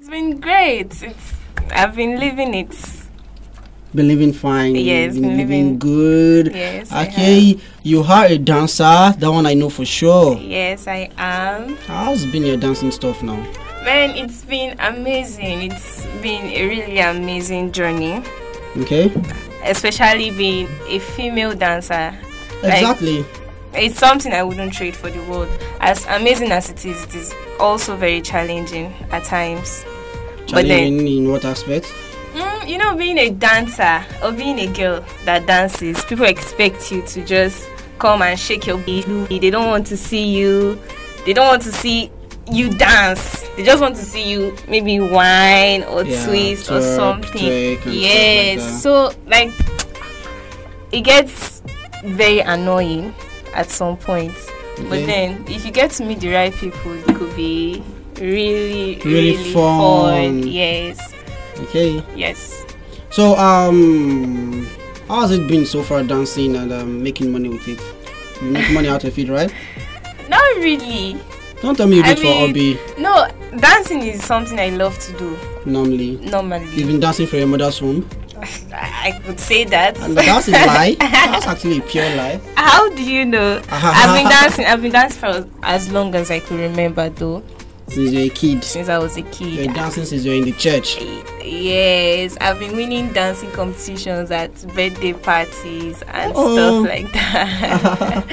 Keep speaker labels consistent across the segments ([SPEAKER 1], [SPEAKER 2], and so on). [SPEAKER 1] It's been great. It's I've been living it.
[SPEAKER 2] Been living fine.
[SPEAKER 1] Yes,
[SPEAKER 2] been,
[SPEAKER 1] been living-
[SPEAKER 2] living good.
[SPEAKER 1] Yes, I
[SPEAKER 2] Okay, you are a dancer. That one I know for sure.
[SPEAKER 1] Yes, I am.
[SPEAKER 2] How's been your dancing stuff now?
[SPEAKER 1] Man, it's been amazing. It's been a really amazing journey,
[SPEAKER 2] Okay,
[SPEAKER 1] especially being a female dancer. Like,
[SPEAKER 2] exactly.
[SPEAKER 1] It's something I wouldn't trade for the world. As amazing as it is, it is also very challenging at times. but then-
[SPEAKER 2] Challenging in what aspect?
[SPEAKER 1] Mm, you know, being a dancer or being a girl that dances, people expect you to just come and shake your booty. They don't want to see you. They don't want to see you dance. They just want to see you maybe whine or
[SPEAKER 2] Yeah,
[SPEAKER 1] twist or
[SPEAKER 2] twerk,
[SPEAKER 1] something.
[SPEAKER 2] twerk and stuff like
[SPEAKER 1] Yes.
[SPEAKER 2] that.
[SPEAKER 1] so like, it gets very annoying at some point.
[SPEAKER 2] Okay.
[SPEAKER 1] But then, if you get to meet the right people, it could be really,
[SPEAKER 2] Really
[SPEAKER 1] really,
[SPEAKER 2] fun.
[SPEAKER 1] fun. Yes.
[SPEAKER 2] Okay.
[SPEAKER 1] Yes.
[SPEAKER 2] So um, how's it been so far dancing and um, making money with it? You make money out of it, right?
[SPEAKER 1] Not really.
[SPEAKER 2] Don't tell me you do
[SPEAKER 1] I
[SPEAKER 2] it for hobby.
[SPEAKER 1] mean- No, dancing is something I love to do
[SPEAKER 2] Normally, you've
[SPEAKER 1] normally.
[SPEAKER 2] been dancing for your mother's womb,
[SPEAKER 1] I I could say that.
[SPEAKER 2] and that's a lie. That's actually a pure lie.
[SPEAKER 1] How do you know? I've been dancing. I've been dancing for as long as I could remember, though,
[SPEAKER 2] Since you're a kid,
[SPEAKER 1] since I was a
[SPEAKER 2] you're
[SPEAKER 1] kid.
[SPEAKER 2] dancing since you're in the church.
[SPEAKER 1] Yes, I've been winning dancing competitions at birthday parties and
[SPEAKER 2] Oh.
[SPEAKER 1] stuff like that.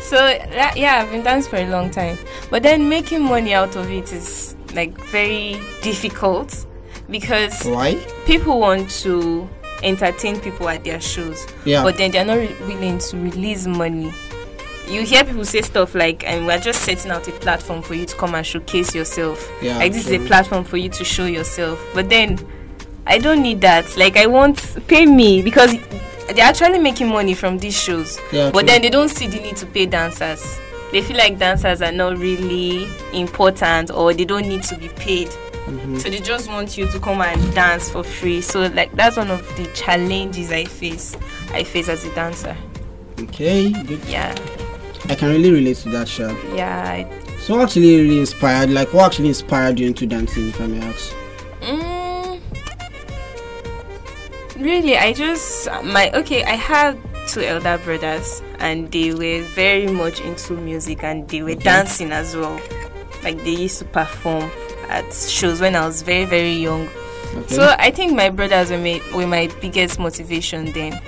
[SPEAKER 1] so that- yeah, I've been dancing for a long time. But then making money out of it is like very difficult because
[SPEAKER 2] Why?
[SPEAKER 1] people want to entertain people at their shows
[SPEAKER 2] Yeah.
[SPEAKER 1] but then they're not re- willing to release money you hear people say stuff like and we're just setting out a platform for you to come and showcase yourself
[SPEAKER 2] Yeah,
[SPEAKER 1] like this is
[SPEAKER 2] true.
[SPEAKER 1] a platform for you to show yourself but then i don't need that like i want pay me because they're actually making money from these shows
[SPEAKER 2] Yeah,
[SPEAKER 1] but
[SPEAKER 2] true.
[SPEAKER 1] then they don't see the need to pay dancers they feel like dancers are not really important or they don't need to be paid
[SPEAKER 2] Mm-hmm.
[SPEAKER 1] so they just want you to come and dance for free. So like that's one of the challenges I face. I face as a dancer.
[SPEAKER 2] Okay, good.
[SPEAKER 1] Yeah,
[SPEAKER 2] I can really relate to that, Sha.
[SPEAKER 1] yeah.
[SPEAKER 2] So, what actually, really inspired, like, what actually inspired you into dancing, if I may ask?
[SPEAKER 1] I, mm, really, I just my okay. I have two elder brothers, and they were very much into music, and they were dancing as well. Like they used to perform at shows when I was very very young.
[SPEAKER 2] Okay.
[SPEAKER 1] So I think my brothers were my, were my biggest motivation then.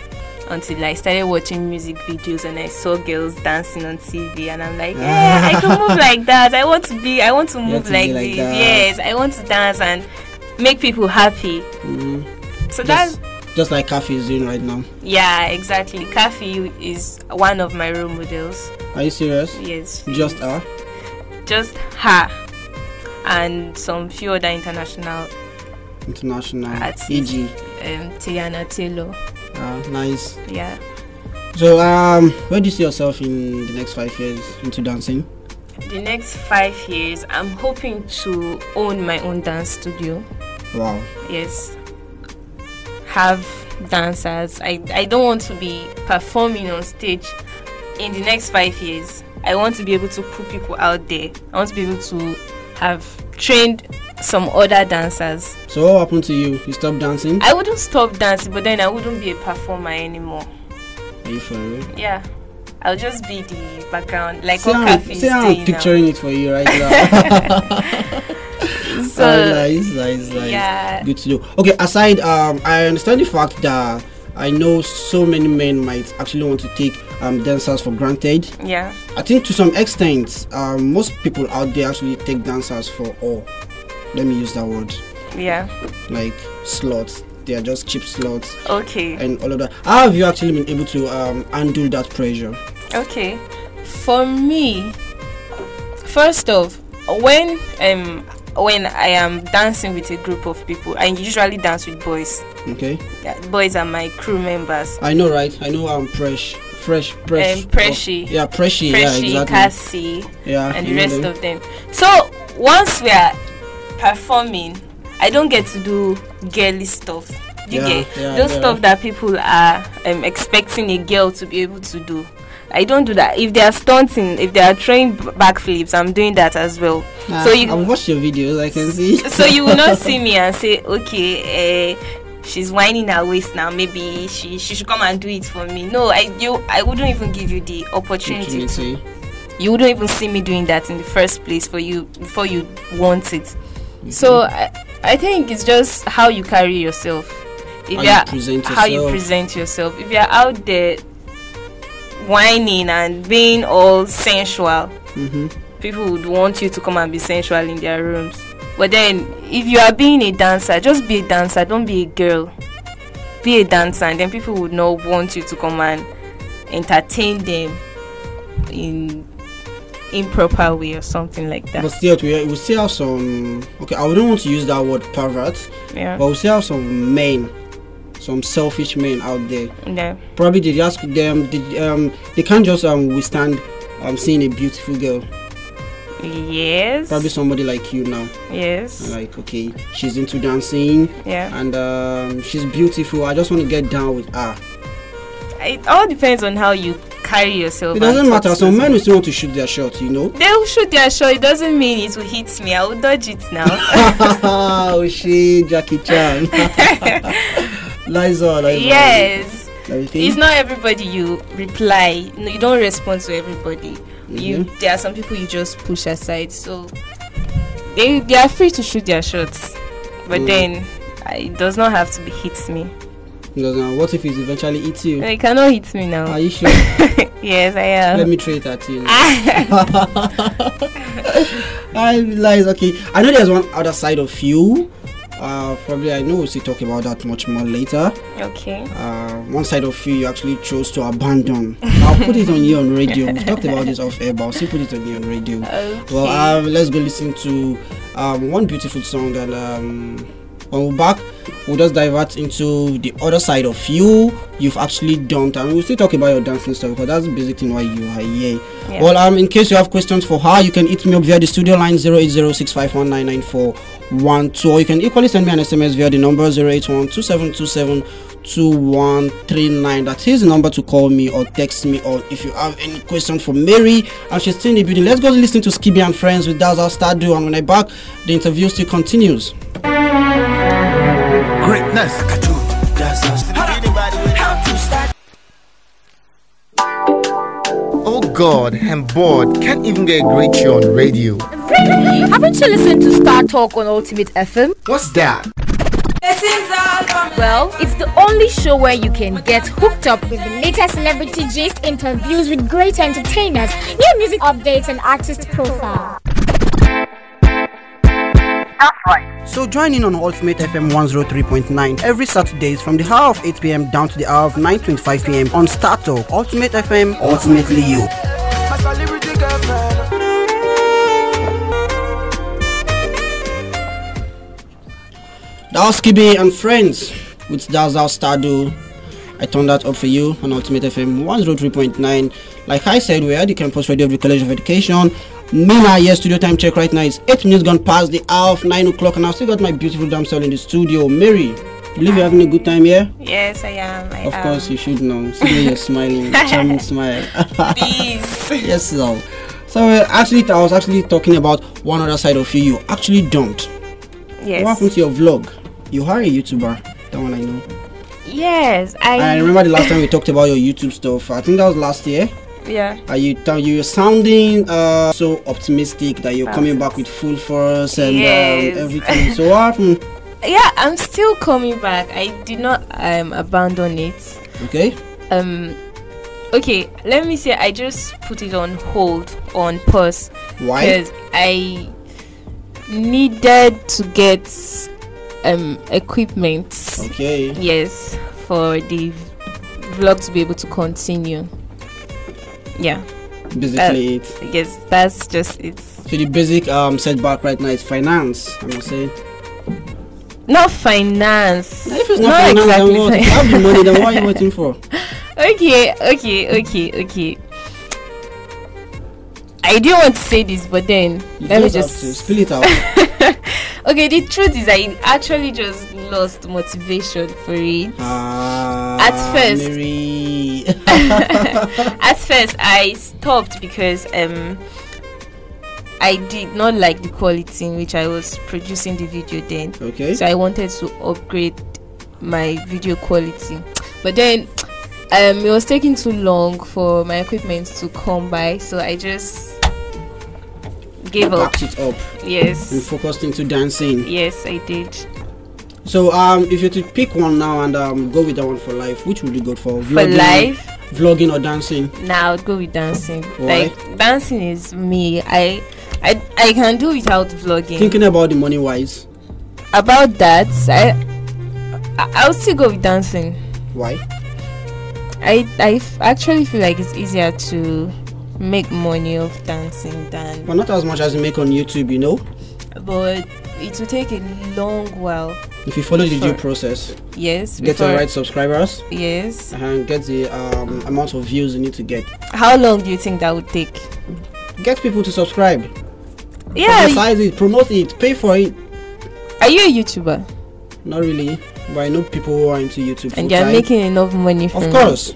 [SPEAKER 1] Until I started watching music videos and I saw girls dancing on TV and I'm like, yeah, I can move like that. I want to be, I want to move
[SPEAKER 2] to be
[SPEAKER 1] like,
[SPEAKER 2] like
[SPEAKER 1] this.
[SPEAKER 2] that.
[SPEAKER 1] Yes, I want to dance and make people happy.
[SPEAKER 2] Mhm.
[SPEAKER 1] So that's
[SPEAKER 2] just, just like Kathy is doing right now.
[SPEAKER 1] yeah, exactly. Kathy is one of my role models.
[SPEAKER 2] Are you serious?
[SPEAKER 1] Yes,
[SPEAKER 2] Just her?
[SPEAKER 1] just her and some few other international
[SPEAKER 2] International.
[SPEAKER 1] Artist.
[SPEAKER 2] EG.
[SPEAKER 1] um, Tiana Taylor.
[SPEAKER 2] Ah, nice.
[SPEAKER 1] Yeah.
[SPEAKER 2] So, um, where do you see yourself in the next five years into dancing?
[SPEAKER 1] the next five years i'm hoping to own my own dance studio
[SPEAKER 2] Wow.
[SPEAKER 1] yes have dancers i, I don't want to be performing on stage in the next five years i want to be able to put people out there i want to be able to have trained some other dancers
[SPEAKER 2] So, what happened to you? You stopped dancing?
[SPEAKER 1] i wouldn't stop dancing but then i wouldn't be a performer anymore
[SPEAKER 2] Are you for real?
[SPEAKER 1] yeah i'll just be the background like
[SPEAKER 2] See
[SPEAKER 1] what
[SPEAKER 2] how,
[SPEAKER 1] Kathy is
[SPEAKER 2] see how I'm
[SPEAKER 1] doing
[SPEAKER 2] picturing it for you right now.
[SPEAKER 1] now. so
[SPEAKER 2] Ah, nice, nice, nice.
[SPEAKER 1] yeah
[SPEAKER 2] good to know. Okay, aside, um, I understand the fact that I know so many men might actually want to take um, dancers for granted.
[SPEAKER 1] yeah
[SPEAKER 2] I think to some extent, um, most people out there actually take dancers for all. Let me use that word,
[SPEAKER 1] yeah
[SPEAKER 2] like slots. They are just cheap slots
[SPEAKER 1] okay
[SPEAKER 2] and all of that. How have you actually been able to um, undo that pressure?
[SPEAKER 1] Okay. For me, first off, when um when I am dancing with a group of people, I usually dance with boys.
[SPEAKER 2] Okay,
[SPEAKER 1] Yeah, Boys are my crew members.
[SPEAKER 2] I know, right? I know I'm fresh, fresh, fresh,
[SPEAKER 1] Um, Preshi.
[SPEAKER 2] yeah, freshy, yeah,
[SPEAKER 1] Freshie,
[SPEAKER 2] exactly,
[SPEAKER 1] Cassie,
[SPEAKER 2] yeah,
[SPEAKER 1] and
[SPEAKER 2] you
[SPEAKER 1] the
[SPEAKER 2] know
[SPEAKER 1] rest
[SPEAKER 2] them.
[SPEAKER 1] of them. So once we are performing, I don't get to do girly stuff. You
[SPEAKER 2] Yeah,
[SPEAKER 1] get
[SPEAKER 2] yeah,
[SPEAKER 1] those
[SPEAKER 2] yeah.
[SPEAKER 1] stuff that people are um, expecting a girl to be able to do. I don't do that. If they are stunting, if they are throwing b- backflips, I'm doing that as well.
[SPEAKER 2] Nah,
[SPEAKER 1] so you,
[SPEAKER 2] I've watched your videos. I can see.
[SPEAKER 1] so you will not see me and say, okay, uh, she's winding her waist now. Maybe she she should come and do it for me. No, I you I wouldn't even give you the opportunity.
[SPEAKER 2] Opportunity.
[SPEAKER 1] You wouldn't even see me doing that in the first place for you before you want it.
[SPEAKER 2] Mm-hmm.
[SPEAKER 1] So I, I think it's just how you carry yourself. If
[SPEAKER 2] How you
[SPEAKER 1] are-
[SPEAKER 2] present
[SPEAKER 1] how you
[SPEAKER 2] yourself.
[SPEAKER 1] present yourself. If you're out there whining and being all sensual,
[SPEAKER 2] hmm
[SPEAKER 1] people would want you to come and be sensual in their rooms. But then, if you are being a dancer, just be a dancer. Don't be a girl. Be a dancer, and then people would not want you to come and entertain them in improper way or something like that.
[SPEAKER 2] But still, we, we still have some. Okay, I wouldn't want to use that word pervert,
[SPEAKER 1] yeah.
[SPEAKER 2] but we still have some men, some selfish men out there.
[SPEAKER 1] yeah.
[SPEAKER 2] Probably they just them. They, um, they can't just um withstand um seeing a beautiful girl.
[SPEAKER 1] Yes.
[SPEAKER 2] Probably somebody like you now.
[SPEAKER 1] Yes.
[SPEAKER 2] Like okay, she's into dancing
[SPEAKER 1] Yeah.
[SPEAKER 2] and um, she's beautiful. I just want to get down with her.
[SPEAKER 1] It all depends on how you carry yourself.
[SPEAKER 2] It
[SPEAKER 1] and
[SPEAKER 2] doesn't
[SPEAKER 1] talk
[SPEAKER 2] matter.
[SPEAKER 1] to
[SPEAKER 2] Some
[SPEAKER 1] yourself.
[SPEAKER 2] men will still want to shoot their shot. You know.
[SPEAKER 1] They'll shoot their shot. It doesn't mean it will hit me. I will dodge it now.
[SPEAKER 2] oh shit, Jackie Chan. Liza, Liza.
[SPEAKER 1] yes.
[SPEAKER 2] Everything.
[SPEAKER 1] It's not everybody you reply. No, you don't respond to everybody. You
[SPEAKER 2] Mm-hmm.
[SPEAKER 1] there are some people you just push aside. So they they are free to shoot their shots, but
[SPEAKER 2] Mm.
[SPEAKER 1] then I, it does not have to be hit me.
[SPEAKER 2] Because now, what if it eventually eats you?
[SPEAKER 1] No, it cannot hit me now.
[SPEAKER 2] Are you sure?
[SPEAKER 1] yes, I am.
[SPEAKER 2] Mm. Let me throw it at you. I realize, okay. I know there's one other side of you. Uh, probably I know we'll still talk about that much more later.
[SPEAKER 1] okay.
[SPEAKER 2] Uh, one side of you you actually chose to abandon. I'll put it on you on radio. We've talked about this off air, but I'll still put it on you on radio.
[SPEAKER 1] Okay.
[SPEAKER 2] Well, um, let's go listen to um, one beautiful song, and um, when we're back, we'll just divert into the other side of you. You've actually dumped, and we'll still talk about your dancing stuff because that's basically why you are here.
[SPEAKER 1] Yeah.
[SPEAKER 2] Well, um, in case you have questions for her, you can hit me up via the studio line 08065199412, or you can equally send me an SMS via the number 08127272139. That is the number to call me or text me, or if you have any question for Mary and she's still in the building. Let's go listen to Skibby and Friends with Dazzle Stardew, and when I back, the interview still continues.
[SPEAKER 3] greatness. Oh God, I'm bored. Can't even get a great show on radio.
[SPEAKER 4] Haven't you listened to Star Talk on Ultimate FM?
[SPEAKER 3] What's that?
[SPEAKER 4] Well, it's the only show where you can get hooked up with
[SPEAKER 5] with the latest celebrity gist, interviews with great entertainers, new music updates, and artist profile.
[SPEAKER 2] So join in on Ultimate FM 103.9 every Saturdays from the hour of 8 pm down to the hour of 9:25 pm on Star Talk. Ultimate FM, ultimately you. That's Kibi and friends with Dazzle Stardew. I turned that up for you on Ultimate FM 103.9. Like I said, we are the campus radio of the College of Education. Meanwhile, yes, studio time check right now is 8 minutes gone past the hour of 9 o'clock, and I've still got my beautiful damsel in the studio. Mary, believe you're having a good time here?
[SPEAKER 1] yes, I am. I
[SPEAKER 2] Of
[SPEAKER 1] am.
[SPEAKER 2] course, you should know. See you're smiling, charming smile.
[SPEAKER 1] Peace.
[SPEAKER 2] yes, so. So, uh, actually, I was actually talking about one other side of you. You actually dumped.
[SPEAKER 1] yes.
[SPEAKER 2] What happened to your vlog? You are a YouTuber. That one I know.
[SPEAKER 1] Yes,
[SPEAKER 2] I remember the last time we talked about your YouTube stuff. I think that was last year.
[SPEAKER 1] Yeah.
[SPEAKER 2] Are you t- you're sounding uh, so optimistic that you're coming back with full force and
[SPEAKER 1] Yes.
[SPEAKER 2] um, everything. So what happened?
[SPEAKER 1] Yeah, I'm still coming back. I did not um abandon it.
[SPEAKER 2] Okay.
[SPEAKER 1] um okay let me say i just put it on hold on pause
[SPEAKER 2] Why?
[SPEAKER 1] because i needed to get um equipment
[SPEAKER 2] Okay.
[SPEAKER 1] yes for the vlog to be able to continue yeah
[SPEAKER 2] Basically,
[SPEAKER 1] Uh,
[SPEAKER 2] it.
[SPEAKER 1] yes that's just it
[SPEAKER 2] So the basic um setback right now is finance. I'm gonna say.
[SPEAKER 1] not finance
[SPEAKER 2] If it's not, finance, then what? If you have the money, then what are you waiting for?
[SPEAKER 1] okay, okay, okay, okay. I didn't want to say this, but then
[SPEAKER 2] You
[SPEAKER 1] let me
[SPEAKER 2] just have to
[SPEAKER 1] just
[SPEAKER 2] spill it out.
[SPEAKER 1] Okay, the truth is, I actually just lost motivation for it.
[SPEAKER 2] Ah,
[SPEAKER 1] At first.
[SPEAKER 2] Mary.
[SPEAKER 1] At first, I stopped because um, I did not like the quality in which I was producing the video then.
[SPEAKER 2] okay.
[SPEAKER 1] So I wanted to upgrade my video quality, but then um, it was taking too long for my equipment to come by. So I just gave up.
[SPEAKER 2] Backed it up and
[SPEAKER 1] Yes,
[SPEAKER 2] focused into dancing.
[SPEAKER 1] yes, I did.
[SPEAKER 2] So, um, if you had to pick one now and um, go with that one for life, which would you go for?
[SPEAKER 1] For life.
[SPEAKER 2] vlogging or dancing?
[SPEAKER 1] Nah, I would go with dancing.
[SPEAKER 2] Why?
[SPEAKER 1] Like dancing is me. I I I can do without vlogging.
[SPEAKER 2] Thinking about the money wise,
[SPEAKER 1] About that, I I- I'll still go with dancing.
[SPEAKER 2] why?
[SPEAKER 1] I I f- actually feel like it's easier to make money off dancing than
[SPEAKER 2] Well, not as much as you make on YouTube, you know.
[SPEAKER 1] but it will take a long while.
[SPEAKER 2] If you follow the due
[SPEAKER 1] Sure.
[SPEAKER 2] process,
[SPEAKER 1] Yes,
[SPEAKER 2] get the
[SPEAKER 1] before-
[SPEAKER 2] right subscribers
[SPEAKER 1] Yes.
[SPEAKER 2] and get the um, amount of views you need to get.
[SPEAKER 1] How long do you think that would take?
[SPEAKER 2] Get people to subscribe.
[SPEAKER 1] Yeah. y-
[SPEAKER 2] Publicize it, promote it, pay for it.
[SPEAKER 1] Are you a YouTuber
[SPEAKER 2] Not really, but I know people who are into YouTube.
[SPEAKER 1] and you're
[SPEAKER 2] full-time.
[SPEAKER 1] making Mm. enough money from
[SPEAKER 2] Of
[SPEAKER 1] it?
[SPEAKER 2] course.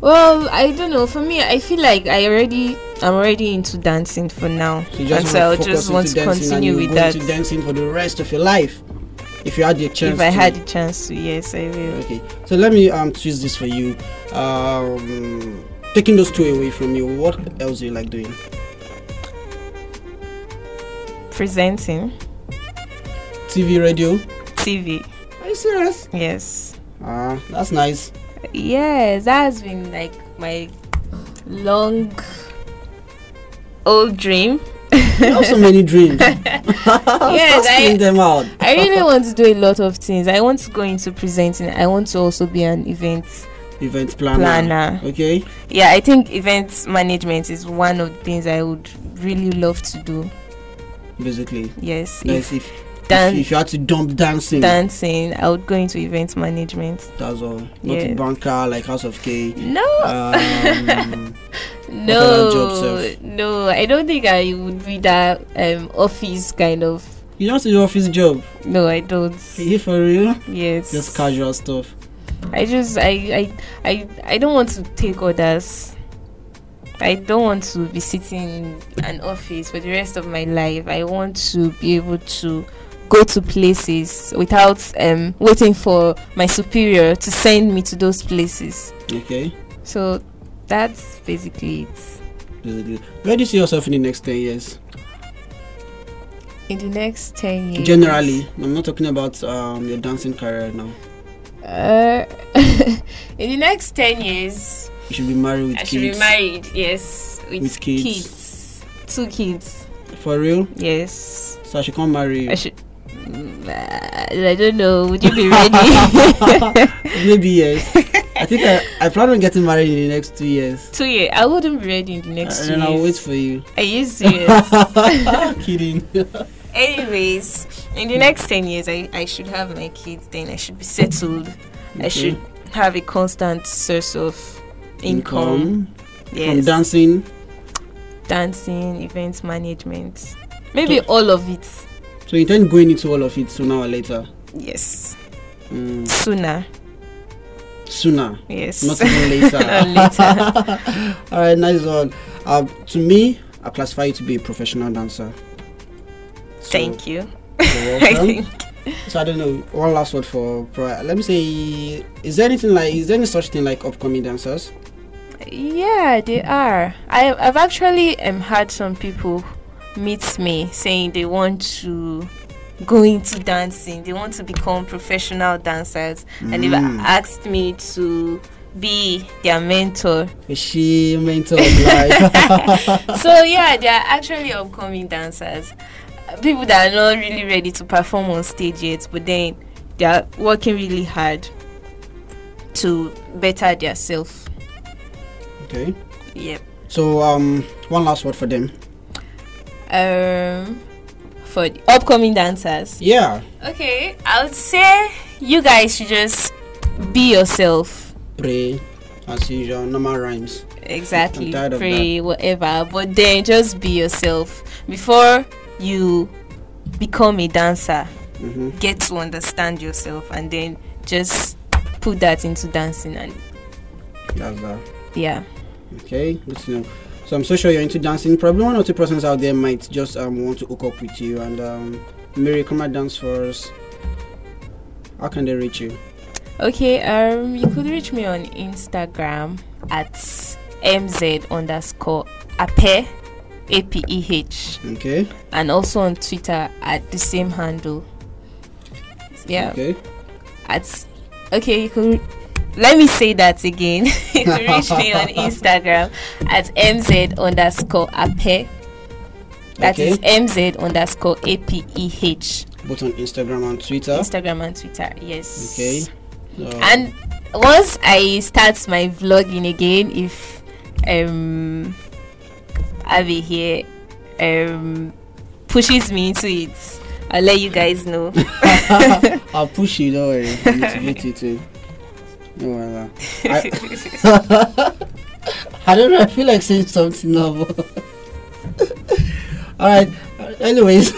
[SPEAKER 1] Well, I don't know. For me, I feel like I already I'm already into dancing for now,
[SPEAKER 2] So you
[SPEAKER 1] and
[SPEAKER 2] just
[SPEAKER 1] so I
[SPEAKER 2] want to
[SPEAKER 1] just
[SPEAKER 2] focus
[SPEAKER 1] want
[SPEAKER 2] into
[SPEAKER 1] to
[SPEAKER 2] dancing and
[SPEAKER 1] continue
[SPEAKER 2] you
[SPEAKER 1] with
[SPEAKER 2] go
[SPEAKER 1] that.
[SPEAKER 2] into dancing for the rest of your life. If you had the chance
[SPEAKER 1] If I
[SPEAKER 2] to.
[SPEAKER 1] had the chance to, yes, I will.
[SPEAKER 2] Okay. So let me um twist this for you. Um taking those two away from you, what else do you like doing?
[SPEAKER 1] Presenting
[SPEAKER 2] TV, radio?
[SPEAKER 1] TV,
[SPEAKER 2] Are you serious?
[SPEAKER 1] yes,
[SPEAKER 2] Ah, that's nice.
[SPEAKER 1] yes. That has been like my long old dream.
[SPEAKER 2] You have so many dreams.
[SPEAKER 1] Yes,
[SPEAKER 2] Just
[SPEAKER 1] I,
[SPEAKER 2] think them out.
[SPEAKER 1] I really want to do a lot of things. I want to go into presenting. I want to also be an event
[SPEAKER 2] Event planner.
[SPEAKER 1] planner.
[SPEAKER 2] Okay.
[SPEAKER 1] Yeah, I think event management is one of the things I would really love to do.
[SPEAKER 2] Basically.
[SPEAKER 1] Yes, if-
[SPEAKER 2] Yes, if,
[SPEAKER 1] Dan-
[SPEAKER 2] if if you had to dump dancing,
[SPEAKER 1] dancing, I would go into event management.
[SPEAKER 2] that's all. Not a
[SPEAKER 1] Yeah.
[SPEAKER 2] banker like House of K.
[SPEAKER 1] No,
[SPEAKER 2] Um,
[SPEAKER 1] no,
[SPEAKER 2] what other job, sir?
[SPEAKER 1] no. I don't think I would be that um office kind of.
[SPEAKER 2] you don't do office job.
[SPEAKER 1] No, I don't.
[SPEAKER 2] You for real?
[SPEAKER 1] Yes,
[SPEAKER 2] Just casual stuff.
[SPEAKER 1] I just I I I I don't want to take orders. I don't want to be sitting in an office for the rest of my life. I want to be able to go to places without um waiting for my superior to send me to those places.
[SPEAKER 2] Okay.
[SPEAKER 1] So that's basically it.
[SPEAKER 2] Basically. Where do you see yourself in the next ten years?
[SPEAKER 1] In the next 10 years.
[SPEAKER 2] Generally, I'm not talking about um, your dancing career now.
[SPEAKER 1] Uh, in the next 10 years,
[SPEAKER 2] You should be married with
[SPEAKER 1] I should
[SPEAKER 2] kids.
[SPEAKER 1] be married, yes. With,
[SPEAKER 2] With kids.
[SPEAKER 1] kids. Two kids,
[SPEAKER 2] For real?
[SPEAKER 1] yes.
[SPEAKER 2] So I should come marry
[SPEAKER 1] I
[SPEAKER 2] you.
[SPEAKER 1] should. Mm, uh, I don't know. Would you be ready?
[SPEAKER 2] Maybe yes. I think I, I plan on getting married in the next two years.
[SPEAKER 1] two years. I wouldn't be ready in the next
[SPEAKER 2] and
[SPEAKER 1] two
[SPEAKER 2] then I'll wait
[SPEAKER 1] years.
[SPEAKER 2] for you.
[SPEAKER 1] Are you serious?
[SPEAKER 2] Kidding.
[SPEAKER 1] Anyways, in the next 10 years, I, I should have my kids then. I should be settled. I
[SPEAKER 2] Okay.
[SPEAKER 1] should have a constant source of income.
[SPEAKER 2] Income
[SPEAKER 1] Yes.
[SPEAKER 2] from dancing.
[SPEAKER 1] dancing, events management. Maybe all of it.
[SPEAKER 2] So you intend going into all of it sooner or later.
[SPEAKER 1] Yes.
[SPEAKER 2] Mm,
[SPEAKER 1] Sooner.
[SPEAKER 2] sooner.
[SPEAKER 1] Yes.
[SPEAKER 2] Not even later.
[SPEAKER 1] Later.
[SPEAKER 2] All right, nice one. Uh, to me, I classify you to be a professional dancer. So,
[SPEAKER 1] Thank you.
[SPEAKER 2] You're
[SPEAKER 1] I
[SPEAKER 2] welcome.
[SPEAKER 1] think.
[SPEAKER 2] So I don't know. One last word for pro- let me say. Is there anything like? Is there any such thing like upcoming dancers?
[SPEAKER 1] Yeah, they are. I, I've actually um, had some people meet me saying they want to go into dancing, they want to become professional dancers, and they've
[SPEAKER 2] Mm.
[SPEAKER 1] asked me to be their mentor.
[SPEAKER 2] Is she mental like?
[SPEAKER 1] so yeah, they are actually upcoming dancers, Uh, people that are not really ready to perform on stage yet, but then they are working really hard to better their self.
[SPEAKER 2] okay.
[SPEAKER 1] Yep.
[SPEAKER 2] So um, one last word for them.
[SPEAKER 1] Um, for the upcoming dancers.
[SPEAKER 2] Yeah,
[SPEAKER 1] Okay, I would say you guys should just be yourself.
[SPEAKER 2] pray as usual. Normal rhymes.
[SPEAKER 1] Exactly.
[SPEAKER 2] I'm tired of
[SPEAKER 1] Pray whatever, but then just be yourself before you become a dancer,
[SPEAKER 2] Mm-hmm.
[SPEAKER 1] get to understand yourself, and then just put that into dancing. And
[SPEAKER 2] That's that.
[SPEAKER 1] yeah,
[SPEAKER 2] Okay, good to know. So I'm so sure you're into dancing. Probably one or two persons out there might just um, want to hook up with you. And um, Mary, come and dance for us. How can they reach you?
[SPEAKER 1] okay. Um, you could reach me on Instagram at mz underscore ape a p e h,
[SPEAKER 2] Okay.
[SPEAKER 1] and also on Twitter at the same handle. Yeah.
[SPEAKER 2] Okay.
[SPEAKER 1] at okay you could let me say that again you can reach me on instagram at mz underscore ape That is
[SPEAKER 2] okay.
[SPEAKER 1] mz underscore apeh
[SPEAKER 2] Both on Instagram and Twitter.
[SPEAKER 1] instagram and twitter yes
[SPEAKER 2] Okay. So-
[SPEAKER 1] and once i start my vlogging again if um avi here um pushes me into it i'll let you guys know
[SPEAKER 2] I'll push you, don't worry. I'll motivate you too. No wahala. I, I don't know, I feel like saying something now. but- Alright, anyways.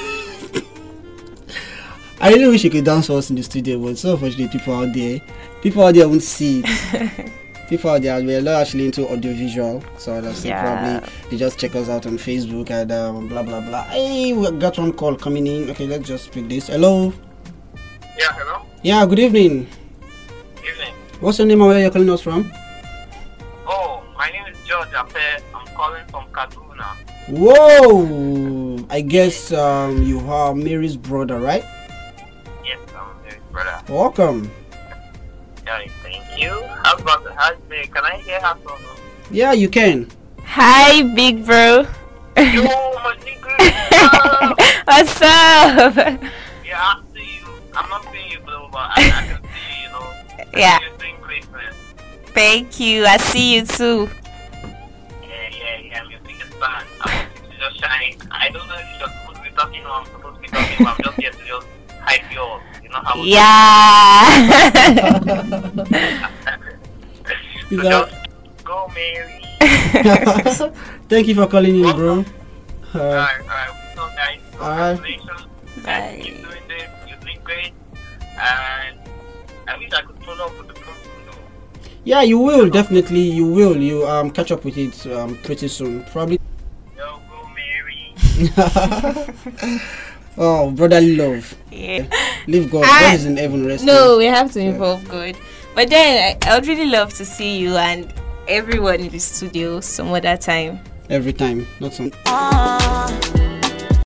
[SPEAKER 2] I really wish you could dance for us in the studio, but so unfortunately, people out there, people out there won't see it. people out there, we're not actually into audiovisual, so that's it,
[SPEAKER 1] Yeah.
[SPEAKER 2] probably they just check us out on Facebook and um, blah blah blah. Hey, we got one call coming in. Okay, let's just pick this. Hello.
[SPEAKER 6] Yeah, hello.
[SPEAKER 2] Yeah, good evening.
[SPEAKER 6] Evening.
[SPEAKER 2] What's your name and where you're calling us from?
[SPEAKER 6] Oh, my name is George Ape. I'm calling from Kaduna.
[SPEAKER 2] Whoa! I guess um, you are Mary's brother, right?
[SPEAKER 6] Yes, I'm very brother.
[SPEAKER 2] Welcome.
[SPEAKER 6] Yeah, thank you. How about the how's the- Can I hear her from?
[SPEAKER 2] Yeah, you can.
[SPEAKER 1] hi big bro
[SPEAKER 6] Yo, my nigga.
[SPEAKER 1] What's up?
[SPEAKER 6] yeah, I see you. I'm not seeing you, though, but I, I can see you. You know. I see
[SPEAKER 1] Yeah.
[SPEAKER 6] You're doing great, man.
[SPEAKER 1] Thank you. I see you too.
[SPEAKER 6] Yeah, yeah, yeah. I'm your biggest fan. I want you to just shine. I don't know if you're supposed to be talking or I'm supposed to be talking, but I'm just here to just hype you up. You know how?
[SPEAKER 1] Yeah.
[SPEAKER 6] so
[SPEAKER 2] that-
[SPEAKER 6] just go, Mary.
[SPEAKER 2] Thank you for calling in, bro. Uh,
[SPEAKER 6] Alright, alright, we saw guys.
[SPEAKER 2] Alright.
[SPEAKER 6] Congratulations.
[SPEAKER 1] Bye.
[SPEAKER 6] Keep doing this. You're doing great. And I wish I could follow up with the program. though.
[SPEAKER 2] yeah, you will definitely. You will. You um catch up with it um pretty soon, probably.
[SPEAKER 6] Yo, go Mary.
[SPEAKER 2] oh, brotherly love.
[SPEAKER 1] Yeah.
[SPEAKER 2] Leave God.
[SPEAKER 1] Ah,
[SPEAKER 2] God is in heaven resting.
[SPEAKER 1] No, we have to involve God. But then I, I would really love to see you and everyone in the studio some other time.
[SPEAKER 2] Every time, not some.
[SPEAKER 7] Ah,